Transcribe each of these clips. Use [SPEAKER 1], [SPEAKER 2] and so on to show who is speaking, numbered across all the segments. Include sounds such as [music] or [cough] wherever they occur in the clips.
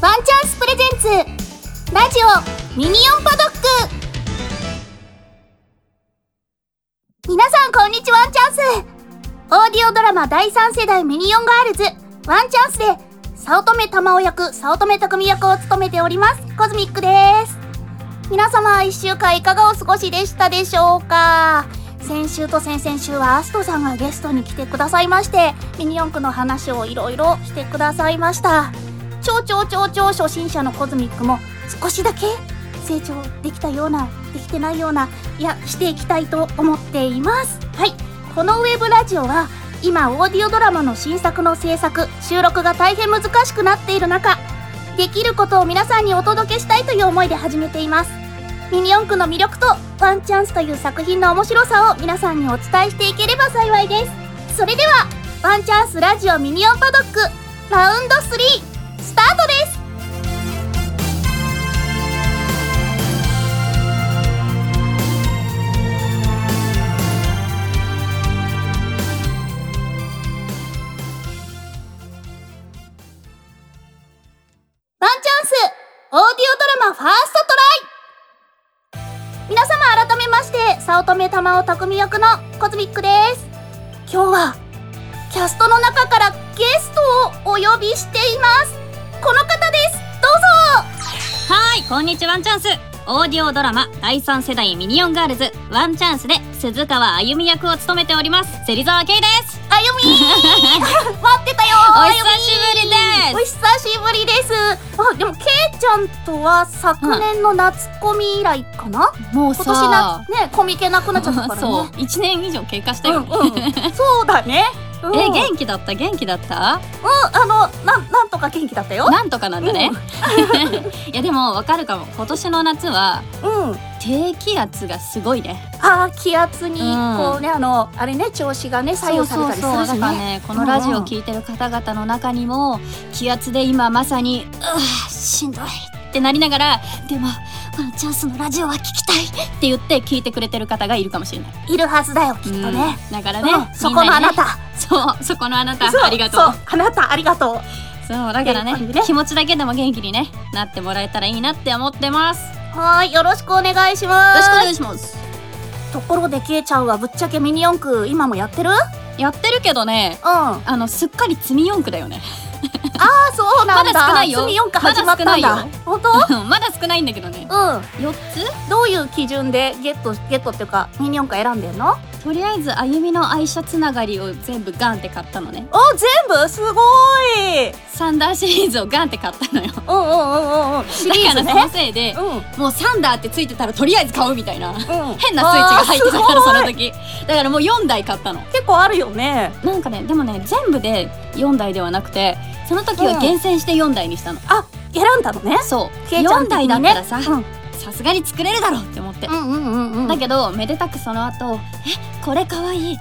[SPEAKER 1] ワンチャンスプレゼンツラジオミニオンパドック皆さんこんにちワンチャンスオーディオドラマ第3世代ミニオンガールズワンチャンスで早乙女玉緒役早乙女匠役を務めておりますコズミックです皆様1週間いかがお過ごしでしたでしょうか先週と先々週はアストさんがゲストに来てくださいましてミニ四駆の話をいろいろしてくださいました超超超超初心者のコズミックも少しだけ成長できたようなできてないようないやしていきたいと思っていますはいこのウェブラジオは今オーディオドラマの新作の制作収録が大変難しくなっている中できることを皆さんにお届けしたいという思いで始めていますミニ四駆の魅力とワンチャンスという作品の面白さを皆さんにお伝えしていければ幸いですそれではワンチャンスラジオミニオンパドックラウンド3スタートですワンチャンスオーディオドラマファーストトライ皆様改めまして、早乙女玉緒匠役のコズミックです。今日は、キャストの中からゲストをお呼びしています。この方ですどうぞ
[SPEAKER 2] はい、こんにちは、ワンチャンス。オーディオドラマ第3世代ミニオンガールズワンチャンスで鈴川あゆみ役を務めております芹沢圭です
[SPEAKER 1] あゆ
[SPEAKER 2] [laughs]
[SPEAKER 1] みー待ってたよ
[SPEAKER 2] お
[SPEAKER 1] あ
[SPEAKER 2] 久
[SPEAKER 1] ゆみー
[SPEAKER 2] しぶり
[SPEAKER 1] お
[SPEAKER 2] です
[SPEAKER 1] 久しぶりですあ、でも、けいちゃんとは昨年の夏コミ以来かな、
[SPEAKER 2] もう
[SPEAKER 1] 今年夏、ね、コミケなくなっちゃったからね。
[SPEAKER 2] [laughs] そう1年以上経過した
[SPEAKER 1] うん
[SPEAKER 2] [laughs] よ、
[SPEAKER 1] うん、そうだね。うん
[SPEAKER 2] え元気だった元気だった
[SPEAKER 1] うん、あの、なん、なんとか元気だったよ。
[SPEAKER 2] なんとかなんだね、 [laughs] いやでもわかるかも今年の夏は
[SPEAKER 1] うん。
[SPEAKER 2] 低気圧がすごいね
[SPEAKER 1] あー、気圧に、
[SPEAKER 2] うん
[SPEAKER 1] こうね、あの、あれね、調子がね、左右されたりす
[SPEAKER 2] そう
[SPEAKER 1] る
[SPEAKER 2] そうそう
[SPEAKER 1] し
[SPEAKER 2] だから
[SPEAKER 1] ね。
[SPEAKER 2] ねこのラジオを聞いてる方々の中にも気圧で今まさに「うわしんどい」ってなりながら「でもこのチャンスのラジオは聞きたい」って言って聞いてくれてる方がいるかもしれない
[SPEAKER 1] いるはずだよ、きっと
[SPEAKER 2] うん
[SPEAKER 1] ね。
[SPEAKER 2] だから
[SPEAKER 1] う
[SPEAKER 2] ね、みんなに
[SPEAKER 1] ん、
[SPEAKER 2] ね [laughs]
[SPEAKER 1] そこのあなた。
[SPEAKER 2] そうそこのあなた
[SPEAKER 1] そう
[SPEAKER 2] ありがとう
[SPEAKER 1] そう、あなた、ありがとう。
[SPEAKER 2] そうだからね
[SPEAKER 1] っていう感じね
[SPEAKER 2] 気持ちだけでも元気にねなってもらえたらいいなって思ってますよ
[SPEAKER 1] はーい、よろしくお願いしま
[SPEAKER 2] ろし
[SPEAKER 1] す。
[SPEAKER 2] くお願いします
[SPEAKER 1] ところで、けいちゃんはぶっちゃけミニ四駆、今もやってる。うん。
[SPEAKER 2] やってるけどね
[SPEAKER 1] あ、
[SPEAKER 2] あのすっかり積み四駆だよね [laughs]
[SPEAKER 1] そうなんだ。
[SPEAKER 2] まだ少ないよ
[SPEAKER 1] ミニ四駆始まったん
[SPEAKER 2] まだ
[SPEAKER 1] だ
[SPEAKER 2] 少ない。
[SPEAKER 1] 本当。
[SPEAKER 2] まだ少ないんだけどね
[SPEAKER 1] うん。
[SPEAKER 2] 4つ
[SPEAKER 1] どういう基準でゲット、ゲットっていうか、ミニ四駆選んでんの。
[SPEAKER 2] とりあえずあゆみの愛車つながりを全部ガンって買ったのね
[SPEAKER 1] お、全部、すごい。
[SPEAKER 2] サンダーシリーズをガンって買ったのよ
[SPEAKER 1] うんうんうんうんうんシリーズ
[SPEAKER 2] だ
[SPEAKER 1] ね
[SPEAKER 2] からそのせいで
[SPEAKER 1] うんうん
[SPEAKER 2] もうサンダーってついてたらとりあえず買うみたいな変
[SPEAKER 1] 変
[SPEAKER 2] なスイッチが入ってたからその時だからもう4台買ったの
[SPEAKER 1] 結構あるよね
[SPEAKER 2] なんかねでもね全部で4台ではなくてその時
[SPEAKER 1] うん
[SPEAKER 2] は厳選して4台にしたの、
[SPEAKER 1] あ選んだのね
[SPEAKER 2] そう
[SPEAKER 1] けいちゃん
[SPEAKER 2] 4
[SPEAKER 1] 的
[SPEAKER 2] 台
[SPEAKER 1] にね
[SPEAKER 2] だったらさ
[SPEAKER 1] うん
[SPEAKER 2] さすがに作れるだろうって思って、
[SPEAKER 1] んうんうんう
[SPEAKER 2] だけどめでたくその後えこれかわいいえ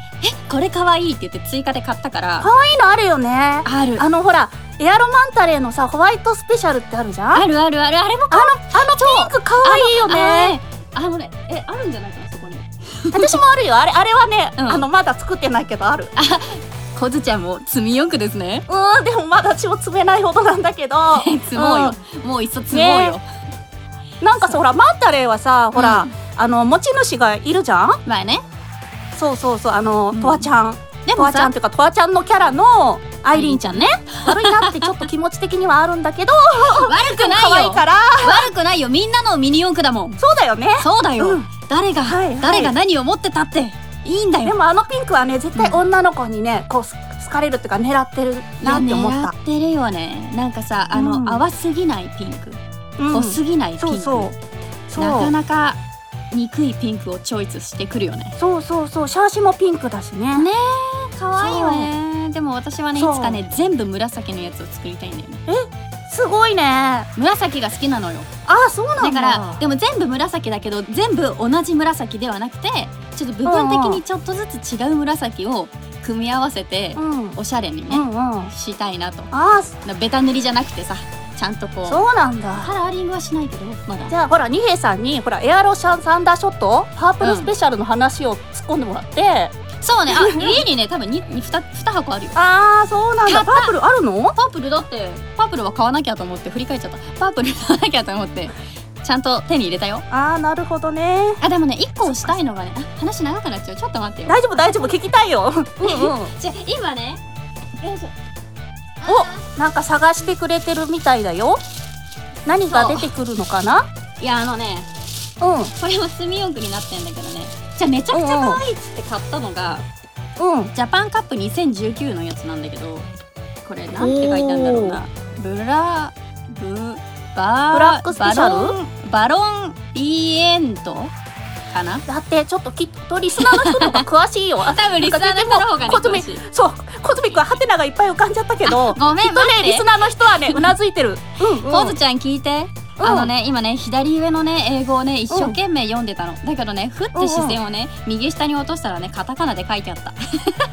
[SPEAKER 2] これかわいいって言って追加で買ったから
[SPEAKER 1] 可愛いのあるよねあ
[SPEAKER 2] ある
[SPEAKER 1] のほらエアロマンタレーのさホワイトスペシャルってあるじゃんあの
[SPEAKER 2] あるあるあるあれも買
[SPEAKER 1] ピンク可愛いよね
[SPEAKER 2] あのねあのねえあるんじゃないかなそこに
[SPEAKER 1] 私もあるよあれあれはね
[SPEAKER 2] うん
[SPEAKER 1] あのまだ作ってないけどある
[SPEAKER 2] こずちゃんも積みよくですね
[SPEAKER 1] うんでもまだ私も詰めないほどなんだけ [laughs] ど
[SPEAKER 2] [laughs] 積もうよ、もういっそ積もうよ、
[SPEAKER 1] なんかさほらマンタレーはさほ
[SPEAKER 2] う
[SPEAKER 1] ら
[SPEAKER 2] ん
[SPEAKER 1] あの持ち主がいるじゃん
[SPEAKER 2] まあね
[SPEAKER 1] そうそうそうあの
[SPEAKER 2] うん
[SPEAKER 1] とわちゃん
[SPEAKER 2] で
[SPEAKER 1] と
[SPEAKER 2] も
[SPEAKER 1] わちゃん
[SPEAKER 2] さ
[SPEAKER 1] っていうかとわちゃんのキャラのアイリンちゃんね
[SPEAKER 2] ね
[SPEAKER 1] 悪いなってちょっと気持ち的にはあるんだけ [laughs] ど
[SPEAKER 2] 悪く
[SPEAKER 1] 可
[SPEAKER 2] ない
[SPEAKER 1] 愛い
[SPEAKER 2] よ
[SPEAKER 1] から
[SPEAKER 2] 悪くないよみんなのミニ四駆だもん
[SPEAKER 1] そうだよね
[SPEAKER 2] そうだよ、
[SPEAKER 1] うん
[SPEAKER 2] 誰が、
[SPEAKER 1] はいはい
[SPEAKER 2] 誰が何を持ってたっていいんだ
[SPEAKER 1] で
[SPEAKER 2] よ
[SPEAKER 1] もあのピンクはね絶対女の子にねこうす好かれるっていうか狙ってるなって思った、
[SPEAKER 2] 狙ってるよねなんかさあの、
[SPEAKER 1] うん
[SPEAKER 2] 淡すぎないピンク
[SPEAKER 1] うん
[SPEAKER 2] 濃すぎないピンク、
[SPEAKER 1] そうそうそう
[SPEAKER 2] なかなか憎いピンクをチョイスしてくるよね
[SPEAKER 1] そうそうそうシャーシもピンクだしね
[SPEAKER 2] ね可愛いよねでも私はねいつ
[SPEAKER 1] そう
[SPEAKER 2] かね全部紫のやつを作りたいんだよね
[SPEAKER 1] すごいねあ
[SPEAKER 2] 紫が好きなのよ
[SPEAKER 1] そうな
[SPEAKER 2] だ
[SPEAKER 1] んだ
[SPEAKER 2] からでも全部紫だけど全部同じ紫ではなくてちょっと部分的にちょっとずつ違う紫を組み合わせて
[SPEAKER 1] うん、
[SPEAKER 2] おしゃれに
[SPEAKER 1] う
[SPEAKER 2] ね、
[SPEAKER 1] んうんあ
[SPEAKER 2] したいなと
[SPEAKER 1] あそ
[SPEAKER 2] ベタ塗りじゃなくてさちゃんとこう
[SPEAKER 1] そうなんだ
[SPEAKER 2] カラーリングはしないけどまだ
[SPEAKER 1] じゃあほら二平さんにほらエアロシャンサンダーショットパープルスペシャルの話を突っ込んでもらって、
[SPEAKER 2] そう [laughs] ねあ家にね多分 2, 2, 箱あるよ
[SPEAKER 1] あーそうなんだパープルあるの
[SPEAKER 2] パープルだってパープルは買わなきゃと思って振り返っちゃったパープル買わなきゃと思ってちゃんと手に入れたよ
[SPEAKER 1] あーなるほどね
[SPEAKER 2] あでもね1個押したいのがねあ話長くなっちゃうちょっと待ってよ
[SPEAKER 1] 大丈夫大丈夫聞きたいようんうん
[SPEAKER 2] じゃあ今ねよいしょ
[SPEAKER 1] お [laughs] なんか探してくれてるみたいだよ何が出てくるのかない
[SPEAKER 2] やあのね
[SPEAKER 1] うん
[SPEAKER 2] これも住用具になってんだけどねじゃあめちゃくちゃ可愛いっつって買ったのが
[SPEAKER 1] うん
[SPEAKER 2] ジャパンカップ2019のやつなんだけどこれなんて書いてあるんだろうなブラブバ
[SPEAKER 1] ブラックスペシャル
[SPEAKER 2] バロンバロンビエントかな
[SPEAKER 1] だってちょっときっとリスナーの人とか詳しいよ
[SPEAKER 2] 多分リスナーの人の方がね
[SPEAKER 1] コズミ
[SPEAKER 2] 詳しい
[SPEAKER 1] そうコズミックはハテナがいっぱい浮かんじゃったけど
[SPEAKER 2] ごめん
[SPEAKER 1] きっと
[SPEAKER 2] 待っ
[SPEAKER 1] ね
[SPEAKER 2] て
[SPEAKER 1] リスナーの人はねう
[SPEAKER 2] [laughs]
[SPEAKER 1] なずいてるうんうん
[SPEAKER 2] ポーズちゃん聞いて、
[SPEAKER 1] うん
[SPEAKER 2] あのね今ね左上のね英語をね一生懸命読んでたの、だけどねふって視線をね、右下に落としたらねカタカナで書いてあった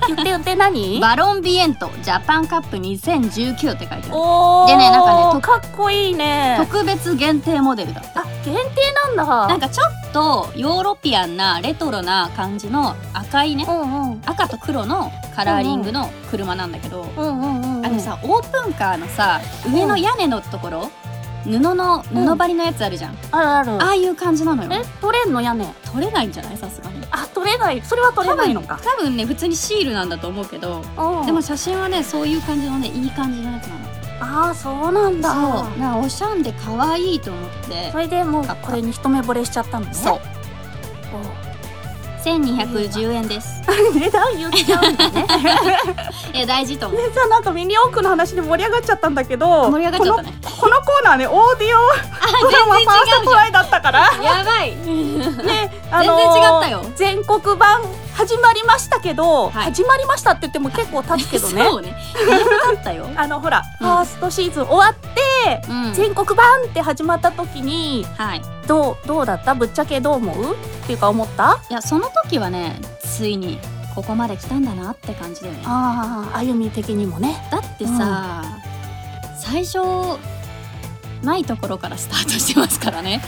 [SPEAKER 1] 言って言って
[SPEAKER 2] 「
[SPEAKER 1] 何
[SPEAKER 2] バロンビエントジャパンカップ2019」って書いてある
[SPEAKER 1] おー
[SPEAKER 2] でねなんかねと
[SPEAKER 1] かっこいいね
[SPEAKER 2] 特別限定モデルだって
[SPEAKER 1] あ限定な
[SPEAKER 2] なんん
[SPEAKER 1] だ
[SPEAKER 2] かちょっとヨーロピアンなレトロな感じの赤いね
[SPEAKER 1] うんうん
[SPEAKER 2] 赤と黒のカラーリングの車なんだけど、
[SPEAKER 1] うんうんうんうん
[SPEAKER 2] あのさオープンカーのさ上の屋根のところ布の布張りのやつあるじゃん、
[SPEAKER 1] あるある
[SPEAKER 2] ああいう感じなのよ
[SPEAKER 1] え取れんの屋根
[SPEAKER 2] 取れないんじゃないさすがに
[SPEAKER 1] あ取れないそれは取れないのか
[SPEAKER 2] 多分ね普通にシールなんだと思うけど、
[SPEAKER 1] うん
[SPEAKER 2] でも写真はねそういう感じのねいい感じのやつなの
[SPEAKER 1] ああそうなんだ
[SPEAKER 2] そうなんかおしゃんで可愛いと思って
[SPEAKER 1] それでもう
[SPEAKER 2] 買った
[SPEAKER 1] これに一目惚れしちゃったのね
[SPEAKER 2] そう
[SPEAKER 1] おう
[SPEAKER 2] 1210
[SPEAKER 1] [laughs]
[SPEAKER 2] 円です
[SPEAKER 1] [laughs] 値段言っちゃうんだ
[SPEAKER 2] [laughs]
[SPEAKER 1] ね
[SPEAKER 2] え大事と思う
[SPEAKER 1] でじゃあなんかミニオンクの話で盛り上がっちゃったんだけど
[SPEAKER 2] 盛り上がっちゃったね
[SPEAKER 1] このこのコーナーねオーディオドラマファーストトライだったから
[SPEAKER 2] [laughs] やばい
[SPEAKER 1] ね、
[SPEAKER 2] 全然違ったよ
[SPEAKER 1] 全国版始まりましたけど、
[SPEAKER 2] はい
[SPEAKER 1] 始まりましたって言っても結構経つけどね
[SPEAKER 2] そうねだいぶ経ったよ、
[SPEAKER 1] あのほら、
[SPEAKER 2] うん
[SPEAKER 1] ファーストシーズン終わって、
[SPEAKER 2] うん、
[SPEAKER 1] 全国版って始まった時に
[SPEAKER 2] はい
[SPEAKER 1] どうどうだったぶっちゃけどう思うっていうか思った
[SPEAKER 2] いやその時はねついにここまで来たんだなって感じだよね
[SPEAKER 1] ああ歩み的にもね
[SPEAKER 2] だってさ、最初ないところからスタートしてますからね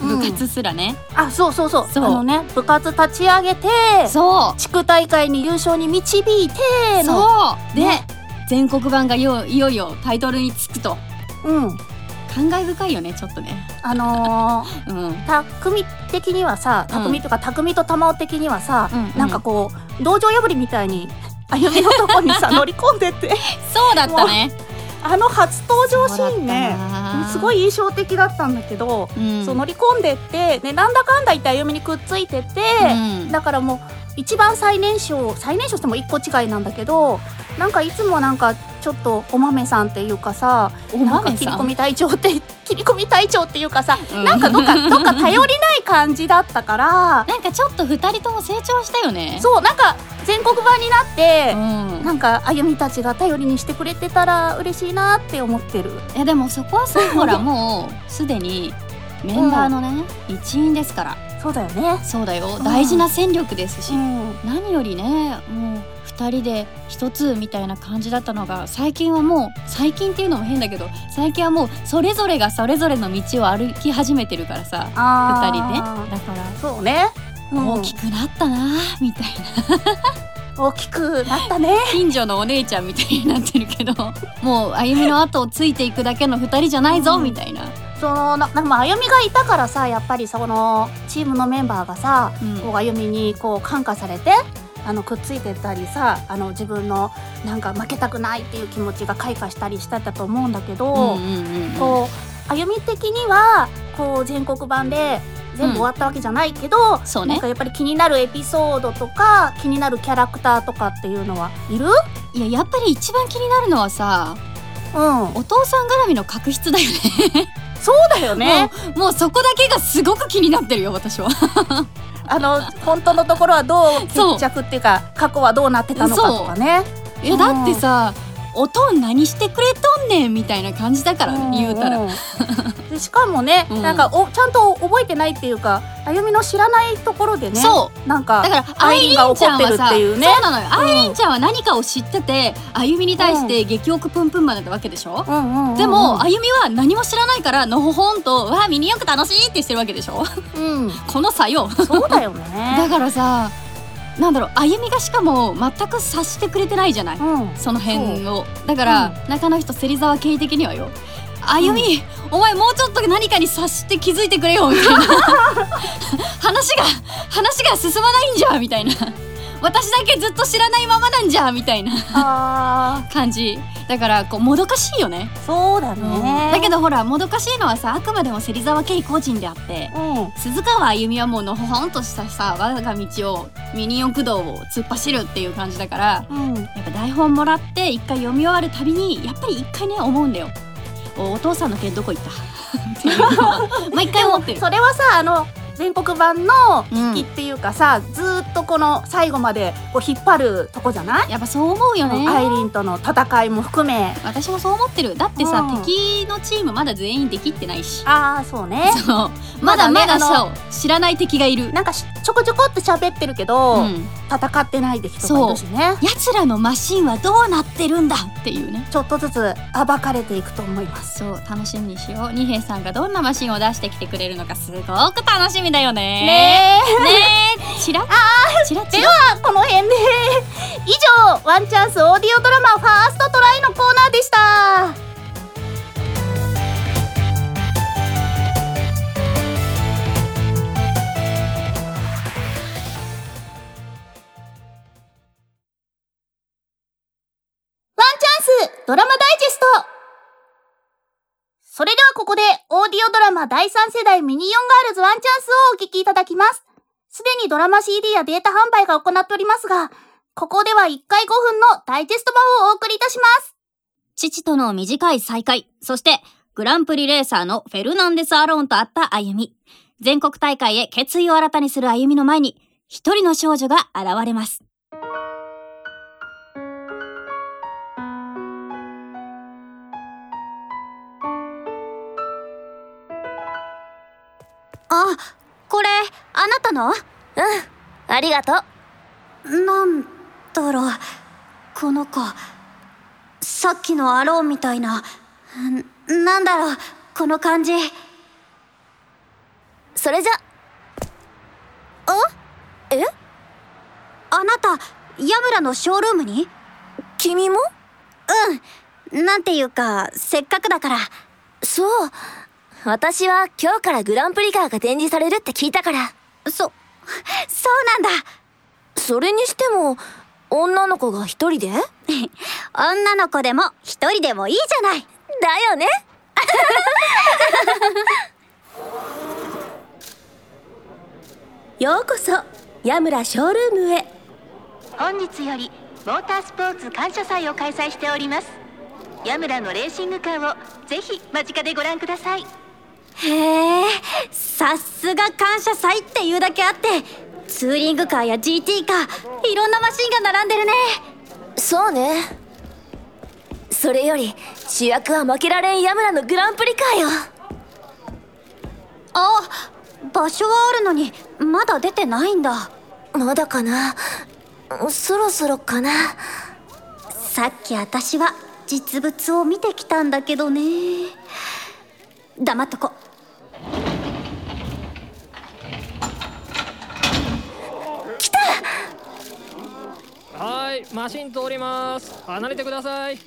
[SPEAKER 2] 部
[SPEAKER 1] うん
[SPEAKER 2] 部活すらね、
[SPEAKER 1] あそうそうそう
[SPEAKER 2] そう
[SPEAKER 1] あのね部活立ち上げて
[SPEAKER 2] そう
[SPEAKER 1] 地区大会に優勝に導いての
[SPEAKER 2] そうで、
[SPEAKER 1] ね
[SPEAKER 2] 全国版がよいよいよタイトルにつくと
[SPEAKER 1] うん
[SPEAKER 2] 感慨深いよねちょっとね
[SPEAKER 1] あのー
[SPEAKER 2] うん、うん
[SPEAKER 1] 匠的にはさ匠とか匠と玉緒的にはさ、
[SPEAKER 2] うん
[SPEAKER 1] なんかこう道場破りみたいに歩みのとこに
[SPEAKER 2] [laughs]
[SPEAKER 1] さ乗り込んでって
[SPEAKER 2] そうだったね
[SPEAKER 1] あの初登場シーンねすご
[SPEAKER 2] い、
[SPEAKER 1] い印象的だったんだけど、
[SPEAKER 2] うん、
[SPEAKER 1] そう乗り込んでって、ね、なんだかんだ言って歩みにくっついてて、
[SPEAKER 2] うん
[SPEAKER 1] だからもう一番最年少最年少しても一個違いなんだけどなんかいつもなんかちょっとお豆さんっていうかさ
[SPEAKER 2] お
[SPEAKER 1] なん
[SPEAKER 2] 豆
[SPEAKER 1] か
[SPEAKER 2] さん
[SPEAKER 1] 切り込み隊長って切り込み隊長っていうかさ、
[SPEAKER 2] うん
[SPEAKER 1] なんかどっかどっか頼りない感じだったから
[SPEAKER 2] [laughs] なんかちょっと2人とも成長したよね
[SPEAKER 1] そうなんか全国版になって、
[SPEAKER 2] ん
[SPEAKER 1] なんかあゆみたちが頼りにしてくれてたら嬉しいなって思ってる。
[SPEAKER 2] いやでもそこはさほ [laughs] らもうすでにメンバーのね、一員ですから
[SPEAKER 1] そうだよね。
[SPEAKER 2] そうだよ
[SPEAKER 1] うん
[SPEAKER 2] 大事な戦力ですし、
[SPEAKER 1] うん、
[SPEAKER 2] 何よりねもう2人で一つみたいな感じだったのが最近はもう最近っていうのも変だけど最近はもうそれぞれがそれぞれの道を歩き始めてるからさ2
[SPEAKER 1] あ
[SPEAKER 2] 人ね
[SPEAKER 1] ー
[SPEAKER 2] だから
[SPEAKER 1] そうね。うん
[SPEAKER 2] 大きくなったなーみたいな
[SPEAKER 1] 大きくなったね。
[SPEAKER 2] 近所のお姉ちゃんみたいになってるけど
[SPEAKER 1] [laughs]
[SPEAKER 2] もう歩みの後をついていくだけの2人じゃないぞ、
[SPEAKER 1] うん
[SPEAKER 2] みたいな、
[SPEAKER 1] [laughs] そのななんかまああゆみがいたからさやっぱりそのチームのメンバーがさ、
[SPEAKER 2] うん
[SPEAKER 1] こうあゆみにこう感化されてあのくっついてったりさあの自分のなんか負けたくないっていう気持ちが開花したりしてたと思うんだけど、
[SPEAKER 2] うんうんうんうん
[SPEAKER 1] こうあゆみ的にはこう全国版で全部終わったわけじゃないけど、
[SPEAKER 2] そう
[SPEAKER 1] なん
[SPEAKER 2] ね
[SPEAKER 1] かやっぱり気になるエピソードとか気になるキャラクターとかっていうのはいる
[SPEAKER 2] いややっぱり一番気になるのはさ
[SPEAKER 1] うん
[SPEAKER 2] お父さん絡みの確執だよね
[SPEAKER 1] そうだよね。
[SPEAKER 2] もうもうそこだけがすごく気になってるよ私は
[SPEAKER 1] あの本当のところはどう決着っていうか過去はどうなってたのかとかね。
[SPEAKER 2] いや
[SPEAKER 1] うん
[SPEAKER 2] だってさおとん何してくれとんねんみたいな感じだからね言うたら
[SPEAKER 1] んでしかもね、
[SPEAKER 2] うん
[SPEAKER 1] なんかおちゃんと覚えてないっていうかあゆみの知らないところでね
[SPEAKER 2] そう
[SPEAKER 1] なん
[SPEAKER 2] だ
[SPEAKER 1] か
[SPEAKER 2] から
[SPEAKER 1] ア
[SPEAKER 2] ア
[SPEAKER 1] イ
[SPEAKER 2] イ
[SPEAKER 1] リ
[SPEAKER 2] リ
[SPEAKER 1] ーンが
[SPEAKER 2] ーンち
[SPEAKER 1] 怒
[SPEAKER 2] ゃ
[SPEAKER 1] っ
[SPEAKER 2] ん
[SPEAKER 1] て
[SPEAKER 2] は
[SPEAKER 1] る
[SPEAKER 2] さ
[SPEAKER 1] っていうね
[SPEAKER 2] そうなのよアイリーンちゃんは何かを知っててあゆみに対して激おくぷんぷんまでたわけでしょ
[SPEAKER 1] うんうんうんうん
[SPEAKER 2] でも、あゆみは何も知らないからのほほんと「わあミ
[SPEAKER 1] [laughs]
[SPEAKER 2] ニよく楽しい!」ってしてるわけでしょ
[SPEAKER 1] うん、
[SPEAKER 2] [laughs] この作用
[SPEAKER 1] そうだよね。
[SPEAKER 2] だからさなんだろう歩みがしかも全く察してくれてないじゃない
[SPEAKER 3] うん
[SPEAKER 2] その辺をだから、中の人芹沢経緯的にはよ歩み、お前もうちょっと何かに察して気づいてくれよみたいな [laughs] 話が話が進まないんじゃみたいな私だけずっと知らないままなんじゃみたいな
[SPEAKER 3] あ
[SPEAKER 2] 感じだからこうもどかしいよね、
[SPEAKER 3] ーそうだね、
[SPEAKER 2] だけどほらもどかしいのはさあくまでも芹沢経緯個人であって
[SPEAKER 3] うん
[SPEAKER 2] 鈴川あゆみはもうのほほんとしたさ我が道をミニ四駆道を突っ走るっていう感じだから
[SPEAKER 3] うん
[SPEAKER 2] やっぱ台本もらって一回読み終わるたびにやっぱり一回ね思うんだよおお父さんの件どこ行ったっていうのは毎回思ってる
[SPEAKER 3] それはさあの全国版の
[SPEAKER 2] うん
[SPEAKER 3] 引きっていうかさ、ずーっとこの最後までこう引っ張るとこじゃない、
[SPEAKER 2] やっぱそう思うよ
[SPEAKER 3] ア
[SPEAKER 2] ね
[SPEAKER 3] イリンとの戦いも含め
[SPEAKER 2] 私もそう思ってるだってさ、
[SPEAKER 3] うん
[SPEAKER 2] 敵のチームまだ全員できってないし
[SPEAKER 3] ああそうね
[SPEAKER 2] そうま
[SPEAKER 3] ま
[SPEAKER 2] だ
[SPEAKER 3] だね
[SPEAKER 2] まださ、知らない敵がいる
[SPEAKER 3] [laughs] なんかしちょこちょこって喋ってるけど、
[SPEAKER 2] うん、
[SPEAKER 3] 戦ってないで人がいるしね
[SPEAKER 2] 奴らのマシンはどうなってるんだっていうね
[SPEAKER 3] ちょっとずつ暴かれていくと思います
[SPEAKER 2] そう楽しみにしよう二平さんがどんなマシンを出してきてくれるのかすごく楽しみだよね
[SPEAKER 3] ねえ
[SPEAKER 2] ねえチラッチラッチラ
[SPEAKER 3] この辺で以上ワンチャンスオーディオドラマファーストトライのコーナーでしたワンチャンスドラマダイジェストそれではここでオーディオドラマ第3世代ミニオンガールズワンチャンスをお聞きいただきます。すでにドラマ CD やデータ販売が行っておりますが、ここでは1回5分のダイジェスト版をお送りいたします。
[SPEAKER 2] 父との短い再会そしてグランプリレーサーのフェルナンデス・アローンと会った歩み全国大会へ決意を新たにする歩みの前に一人の少女が現れますあこれあなたの
[SPEAKER 1] ありがとう。
[SPEAKER 2] なんだろうこの子さっきのアローみたいなななんだろうこの感じ
[SPEAKER 1] それじゃ、
[SPEAKER 2] あなたヤムラのショールームに
[SPEAKER 1] 君も
[SPEAKER 2] なんていうかせっかくだから
[SPEAKER 1] そう。私は今日からグランプリカーが展示されるって聞いたから。
[SPEAKER 2] そそうなんだ
[SPEAKER 1] それにしても、女の子が一人でだ
[SPEAKER 2] [laughs] 女の子でも一人でもいいじゃない
[SPEAKER 1] よねようこそ、ヤムラショールームへ。
[SPEAKER 4] 本日よりモータースポーツ感謝祭を開催しておりますヤムラのレーシングカーをぜひ間近でご覧ください
[SPEAKER 2] へえさすが感謝祭っていうだけあってツーリングカーや GT カーいろんなマシンが並んでるね
[SPEAKER 1] そうね。それより、主役は負けられんヤムラのグランプリカーよ。
[SPEAKER 2] あ場所はあるのにまだ出てないんだ
[SPEAKER 1] まだかなそろそろかな
[SPEAKER 2] さっき私は実物を見てきたんだけどね黙っとこ
[SPEAKER 5] はい、マシン通ります。離れてください。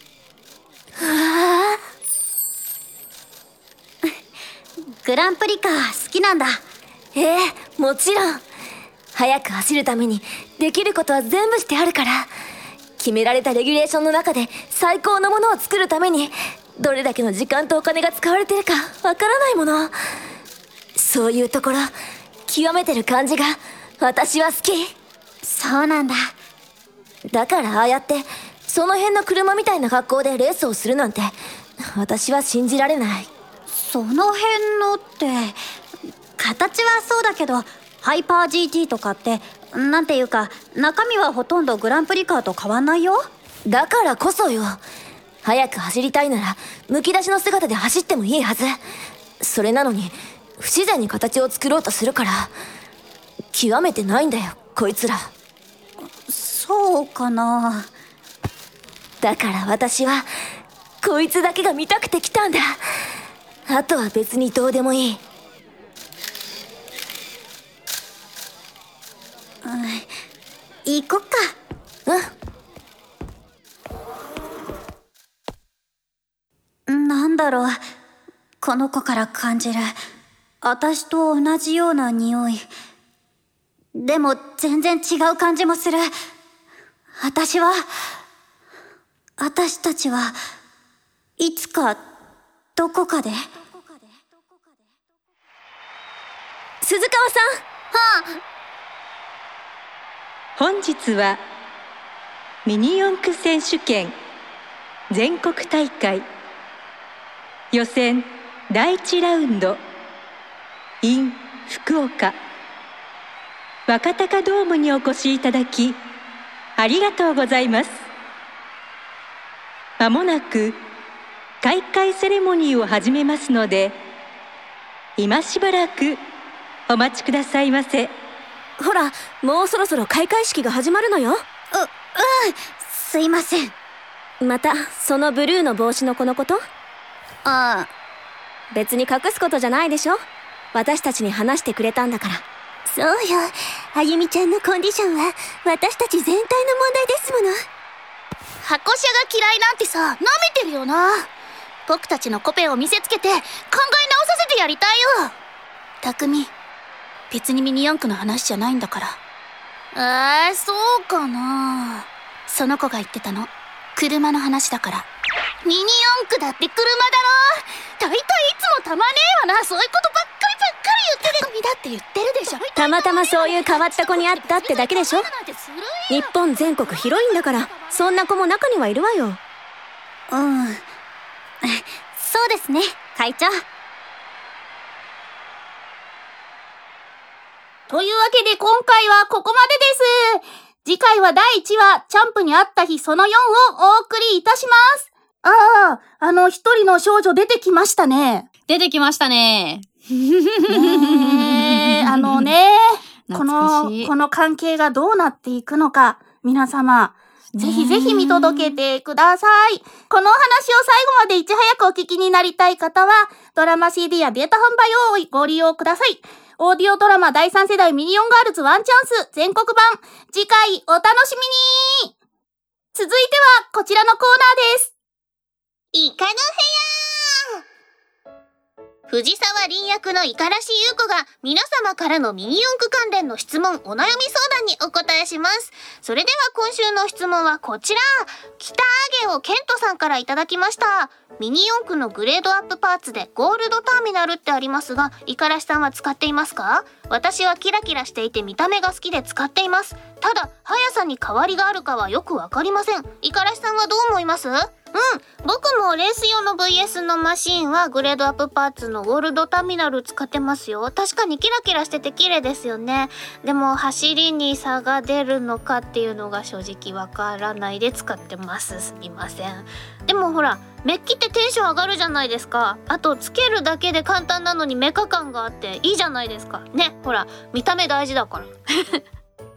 [SPEAKER 2] グランプリカー好きなんだ
[SPEAKER 1] ええもちろん早く走るためにできることは全部してあるから決められたレギュレーションの中で最高のものを作るためにどれだけの時間とお金が使われてるかわからないものそういうところ極めてる感じが私は好き
[SPEAKER 2] そうなんだ
[SPEAKER 1] だからああやってその辺の車みたいな格好でレースをするなんて私は信じられない
[SPEAKER 2] その辺のって形はそうだけどハイパー GT とかってなんていうか中身はほとんどグランプリカーと変わんないよ
[SPEAKER 1] だからこそよ早く走りたいならむき出しの姿で走ってもいいはずそれなのに不自然に形を作ろうとするから極めてないんだよこいつら
[SPEAKER 2] そうかな
[SPEAKER 1] だから私はこいつだけが見たくて来たんだあとは別にどうでもいい
[SPEAKER 6] 行こっかうん
[SPEAKER 1] なんだろう。この子から感じる。私と同じような匂い。でも全然違う感じもする。私は、私たちは、いつか、どこかで
[SPEAKER 6] 鈴川さん
[SPEAKER 7] 本日はミニ四駆選手権全国大会予選第1ラウンド in 福岡若鷹ドームにお越しいただきありがとうございますまもなく開会セレモニーを始めますので今しばらくお待ちくださいませ。
[SPEAKER 6] ほらもうそろそろ開会式が始まるのよ
[SPEAKER 1] すいません。
[SPEAKER 6] またそのブルーの帽子の子のこと
[SPEAKER 1] あ
[SPEAKER 6] 別に隠すことじゃないでしょ私たちに話してくれたんだから
[SPEAKER 1] そうよ。あゆみちゃんのコンディションは、私たち全体の問題ですもの。箱車が嫌いなんてさ、舐めてるよな。僕たちのコペを見せつけて、考え直させてやりたいよ。たくみ、別にミニ四駆の話じゃないんだから。えー、そうかな。その子が言ってたの。車の話だから。ミニ四駆だって車だろ大体いつもたまねえわなそういうことばっかりばっかり言ってるゴミだって言ってるでしょ
[SPEAKER 6] たまたまそういう変わった子に会ったってだけでしょ日本全国広いんだからそんな子も中にはいるわよ
[SPEAKER 1] うんそうですね会長というわけで今回はここまでです次回は第1話、チャンプにあった日その4をお送りいたしますああ、あの一人の少女出てきましたね。
[SPEAKER 2] 出てきましたね。
[SPEAKER 1] ねえあのね、こ
[SPEAKER 2] 懐か
[SPEAKER 1] の
[SPEAKER 2] し、い
[SPEAKER 1] この関係がどうなっていくのか、皆様、ぜひぜひ見届けてください。このお話を最後までいち早くお聞きになりたい方は、ドラマ CD やデータ販売をご利用ください。オーディオドラマ第3世代ミニオンガールズワンチャンス全国版、次回お楽しみに続いてはこちらのコーナーです。
[SPEAKER 8] イカの部屋藤沢凛役のイカラシ優子が皆様からのミニ四駆関連の質問、お悩み相談にお答えします。それでは今週の質問はこちら。北揚げをケントさんからいただきました。ミニ四駆のグレードアップパーツでゴールドターミナルってありますが、イカラシさんは使っていますか私はキラキラしていて見た目が好きで使っています。ただ、速さに変わりがあるかはよくわかりません。イカラシさんはどう思いますうん、僕もレース用の VS のマシンはグレードアップパーツのゴールドターミナル使ってますよ。確かにキラキラしてて綺麗ですよね。でも走りに差が出るのかっていうのが正直わからないで使ってます。すみません。でもほら、メッキってテンション上がるじゃないですか。あとつけるだけで簡単なのにメカ感があっていいじゃないですか。ね、ほら、見た目大事だから。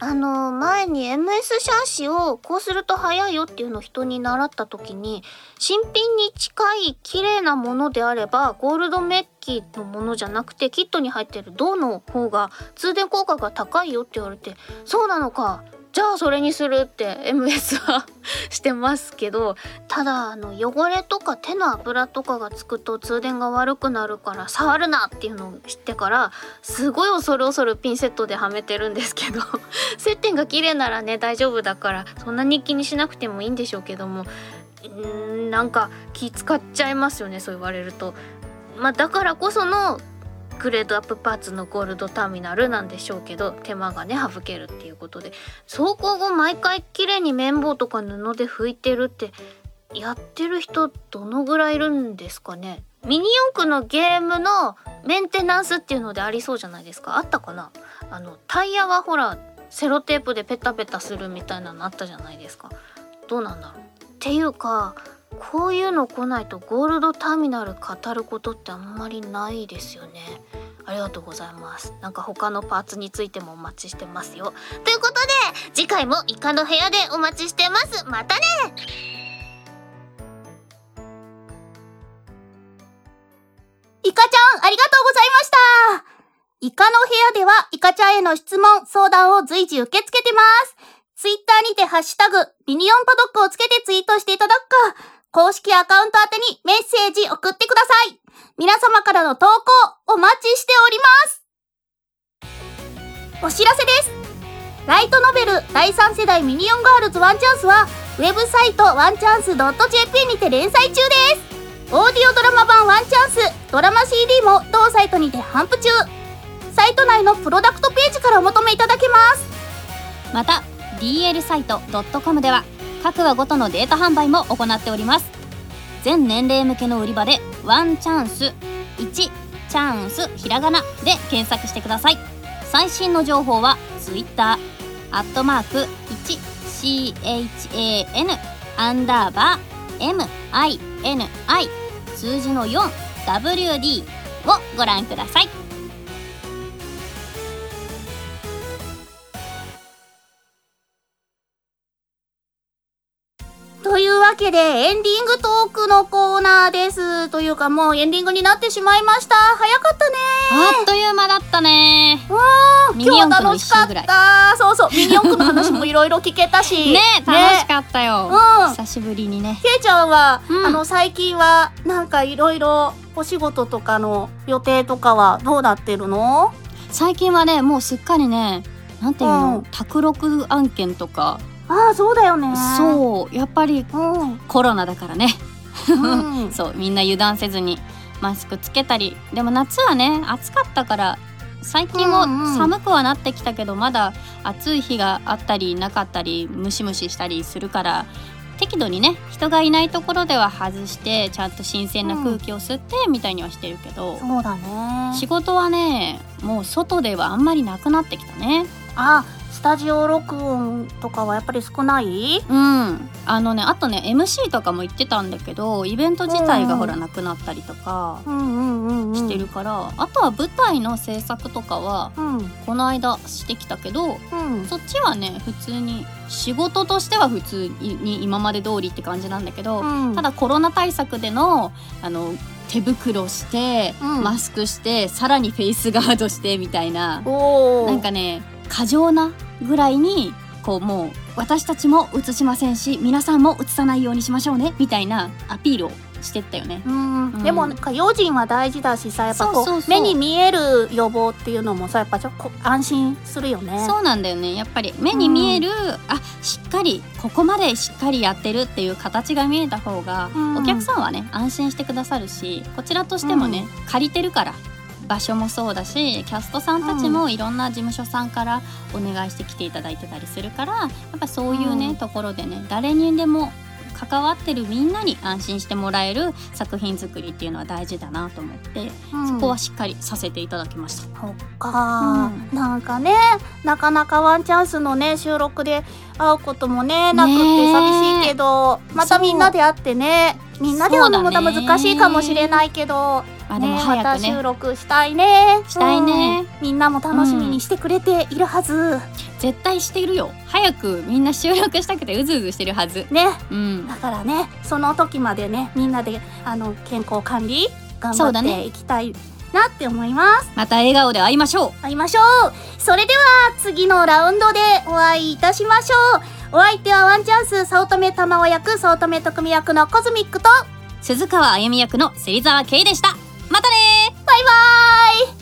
[SPEAKER 8] あの前に MS シャーシをこうすると早いよっていうのを人に習った時に新品に近い綺麗なものであればゴールドメッキのものじゃなくてキットに入ってる銅の方が通電効果が高いよって言われてそうなのかじゃあそれにするって MS は [laughs] してますけどただあの汚れとか手の油とかがつくと通電が悪くなるから触るなっていうのを知ってからすごい恐る恐るピンセットではめてるんですけど [laughs] 接点が綺麗ならね大丈夫だからそんなに気にしなくてもいいんでしょうけどもうーんなんか気使っちゃいますよねそう言われると。まあ、だからこそのグレードアップパーツのゴールドターミナルなんでしょうけど手間がね省けるっていうことで走行後毎回綺麗に綿棒とか布で拭いてるってやってる人どのぐらいいるんですかねミニ四駆のゲームのメンテナンスっていうのでありそうじゃないですかあったかなあのタイヤはほらセロテープでペタペタするみたいなのあったじゃないですかどうなんだろうっていうかこういうの来ないとゴールドターミナル語ることってあんまりないですよねありがとうございますなんか他のパーツについてもお待ちしてますよということで次回もイカの部屋でお待ちしてますまたね
[SPEAKER 1] イカちゃん、ありがとうございました。イカの部屋では、イカちゃんへの質問、相談を随時受け付けてます。ツイッターにてハッシュタグ、ミニオンパドックをつけてツイートしていただくか、公式アカウント宛てにメッセージ送ってください。皆様からの投稿お待ちしております。お知らせです。ライトノベル第3世代ミニオンガールズワンチャンスは、ウェブサイトワンチャンス .jp にて連載中です。オーディオドラマ版ワンチャンス、ドラマ CD も同サイトにて販布中。サイト内のプロダクトページからお求めいただけます。
[SPEAKER 2] また DL サイト .com では各話ごとのデータ販売も行っております全年齢向けの売り場で「ワンチャンス」「1チャンスひらがな」で検索してください最新の情報は Twitter アットマーク 1CHAN アンダーバー MINI 数字の 4WD をご覧ください
[SPEAKER 1] というわけでエンディングトークのコーナーです。というかもうエンディングになってしまいました。早かったね
[SPEAKER 2] あっという間だったね
[SPEAKER 1] わあ
[SPEAKER 2] ミニ
[SPEAKER 1] 今日
[SPEAKER 2] 四駆の
[SPEAKER 1] 楽
[SPEAKER 2] 一
[SPEAKER 1] しか
[SPEAKER 2] 周
[SPEAKER 1] っ
[SPEAKER 2] ぐらい
[SPEAKER 1] た。そうそう、ミニ四駆の話もいろいろ聞けたし。
[SPEAKER 2] [laughs] ね楽しかったよ、
[SPEAKER 1] うん
[SPEAKER 2] 久しぶりにね
[SPEAKER 1] けいちゃんは、
[SPEAKER 2] うん
[SPEAKER 1] あの最近はなんかいろいろお仕事とかの予定とかはどうなってるの
[SPEAKER 2] 最近はねもうすっかりねなんていう
[SPEAKER 1] うん
[SPEAKER 2] の宅録案件とか
[SPEAKER 1] ああそうだよねう
[SPEAKER 2] そうやっぱり
[SPEAKER 1] うん、
[SPEAKER 2] コロナだからね
[SPEAKER 1] うん、
[SPEAKER 2] そうみんな油断せずにマスクつけたりでも夏はね暑かったから最近も
[SPEAKER 1] うんうん
[SPEAKER 2] 寒くはなってきたけどまだ暑い日があったりなかったりムシムシしたりするから適度にね人がいないところでは外してちゃんと新鮮な空気を吸ってみたいにはしてるけど、
[SPEAKER 1] そうだね
[SPEAKER 2] 仕事はねもう外ではあんまりなくなってきたね。
[SPEAKER 1] あスタジオ録音とかはやっぱり少ない
[SPEAKER 2] うん、あのねあとね MC とかも言ってたんだけどイベント自体
[SPEAKER 1] う
[SPEAKER 2] が
[SPEAKER 1] ん
[SPEAKER 2] ほらなくなったりとか
[SPEAKER 1] うんうんうん、うん、
[SPEAKER 2] してるから、あとは舞台の制作とかは
[SPEAKER 1] うんうん
[SPEAKER 2] この間してきたけどそっちはね普通に仕事としては普通に今まで通りって感じなんだけど、
[SPEAKER 1] うん
[SPEAKER 2] ただコロナ対策でのあの手袋して、
[SPEAKER 1] うん
[SPEAKER 2] マスクしてさらにフェイスガードしてみたいな
[SPEAKER 1] おお
[SPEAKER 2] なんかね過剰なぐらいにこうもう私たちも映しませんし皆さんも映さないようにしましょうねみたいなアピールをしてったよね。
[SPEAKER 1] うん、
[SPEAKER 2] うん
[SPEAKER 1] でもなんか用心は大事だしさやっぱこう
[SPEAKER 2] そうそうそう
[SPEAKER 1] 目に見える予防っていうのもさやっぱちょっとこう安心するよね
[SPEAKER 2] そうなんだよねやっぱり目に見える、あしっかりここまでしっかりやってるっていう形が見えた方が、
[SPEAKER 1] うん
[SPEAKER 2] お客さんはね安心してくださるしこちらとしてもね、借りてるから場所もそうだしキャストさんたちもいろんな事務所さんからお願いして来ていただいてたりするからやっぱそういうね、
[SPEAKER 1] うん
[SPEAKER 2] ところでね誰にでも関わってるみんなに安心してもらえる作品作りっていうのは大事だなと思って、
[SPEAKER 1] うん
[SPEAKER 2] そこはしっかりさせていただきました。
[SPEAKER 1] そっか、なんかねなかなかワンチャンスのね収録で会うこともねなくて
[SPEAKER 2] ねえ
[SPEAKER 1] 寂しいけどまた
[SPEAKER 2] そう
[SPEAKER 1] みんなで会ってねみんなで会うのもまた
[SPEAKER 2] そうだね
[SPEAKER 1] 難しいかもしれないけど、
[SPEAKER 2] あで
[SPEAKER 1] ね
[SPEAKER 2] も
[SPEAKER 1] ま
[SPEAKER 2] 早
[SPEAKER 1] た
[SPEAKER 2] くね
[SPEAKER 1] 収録したいね
[SPEAKER 2] したいね、
[SPEAKER 1] うんみんなも楽しみにしてくれているはず、
[SPEAKER 2] 絶対しているよ早くみんな収録したくてうずうずしてるはず
[SPEAKER 1] ね
[SPEAKER 2] うん
[SPEAKER 1] だからねその時までねみんなであの健康管理頑
[SPEAKER 2] そ
[SPEAKER 1] 張
[SPEAKER 2] うだ
[SPEAKER 1] って
[SPEAKER 2] ね
[SPEAKER 1] いきたいなって思います、
[SPEAKER 2] また笑顔で会いましょう
[SPEAKER 1] 会いましょうそれでは次のラウンドでお会いいたしましょうお相手はワンチャンス早乙女玉緒役早乙女特美役のコズミックと
[SPEAKER 2] 鈴川あゆみ役の芹沢圭でしたまたねー
[SPEAKER 1] バイバーイ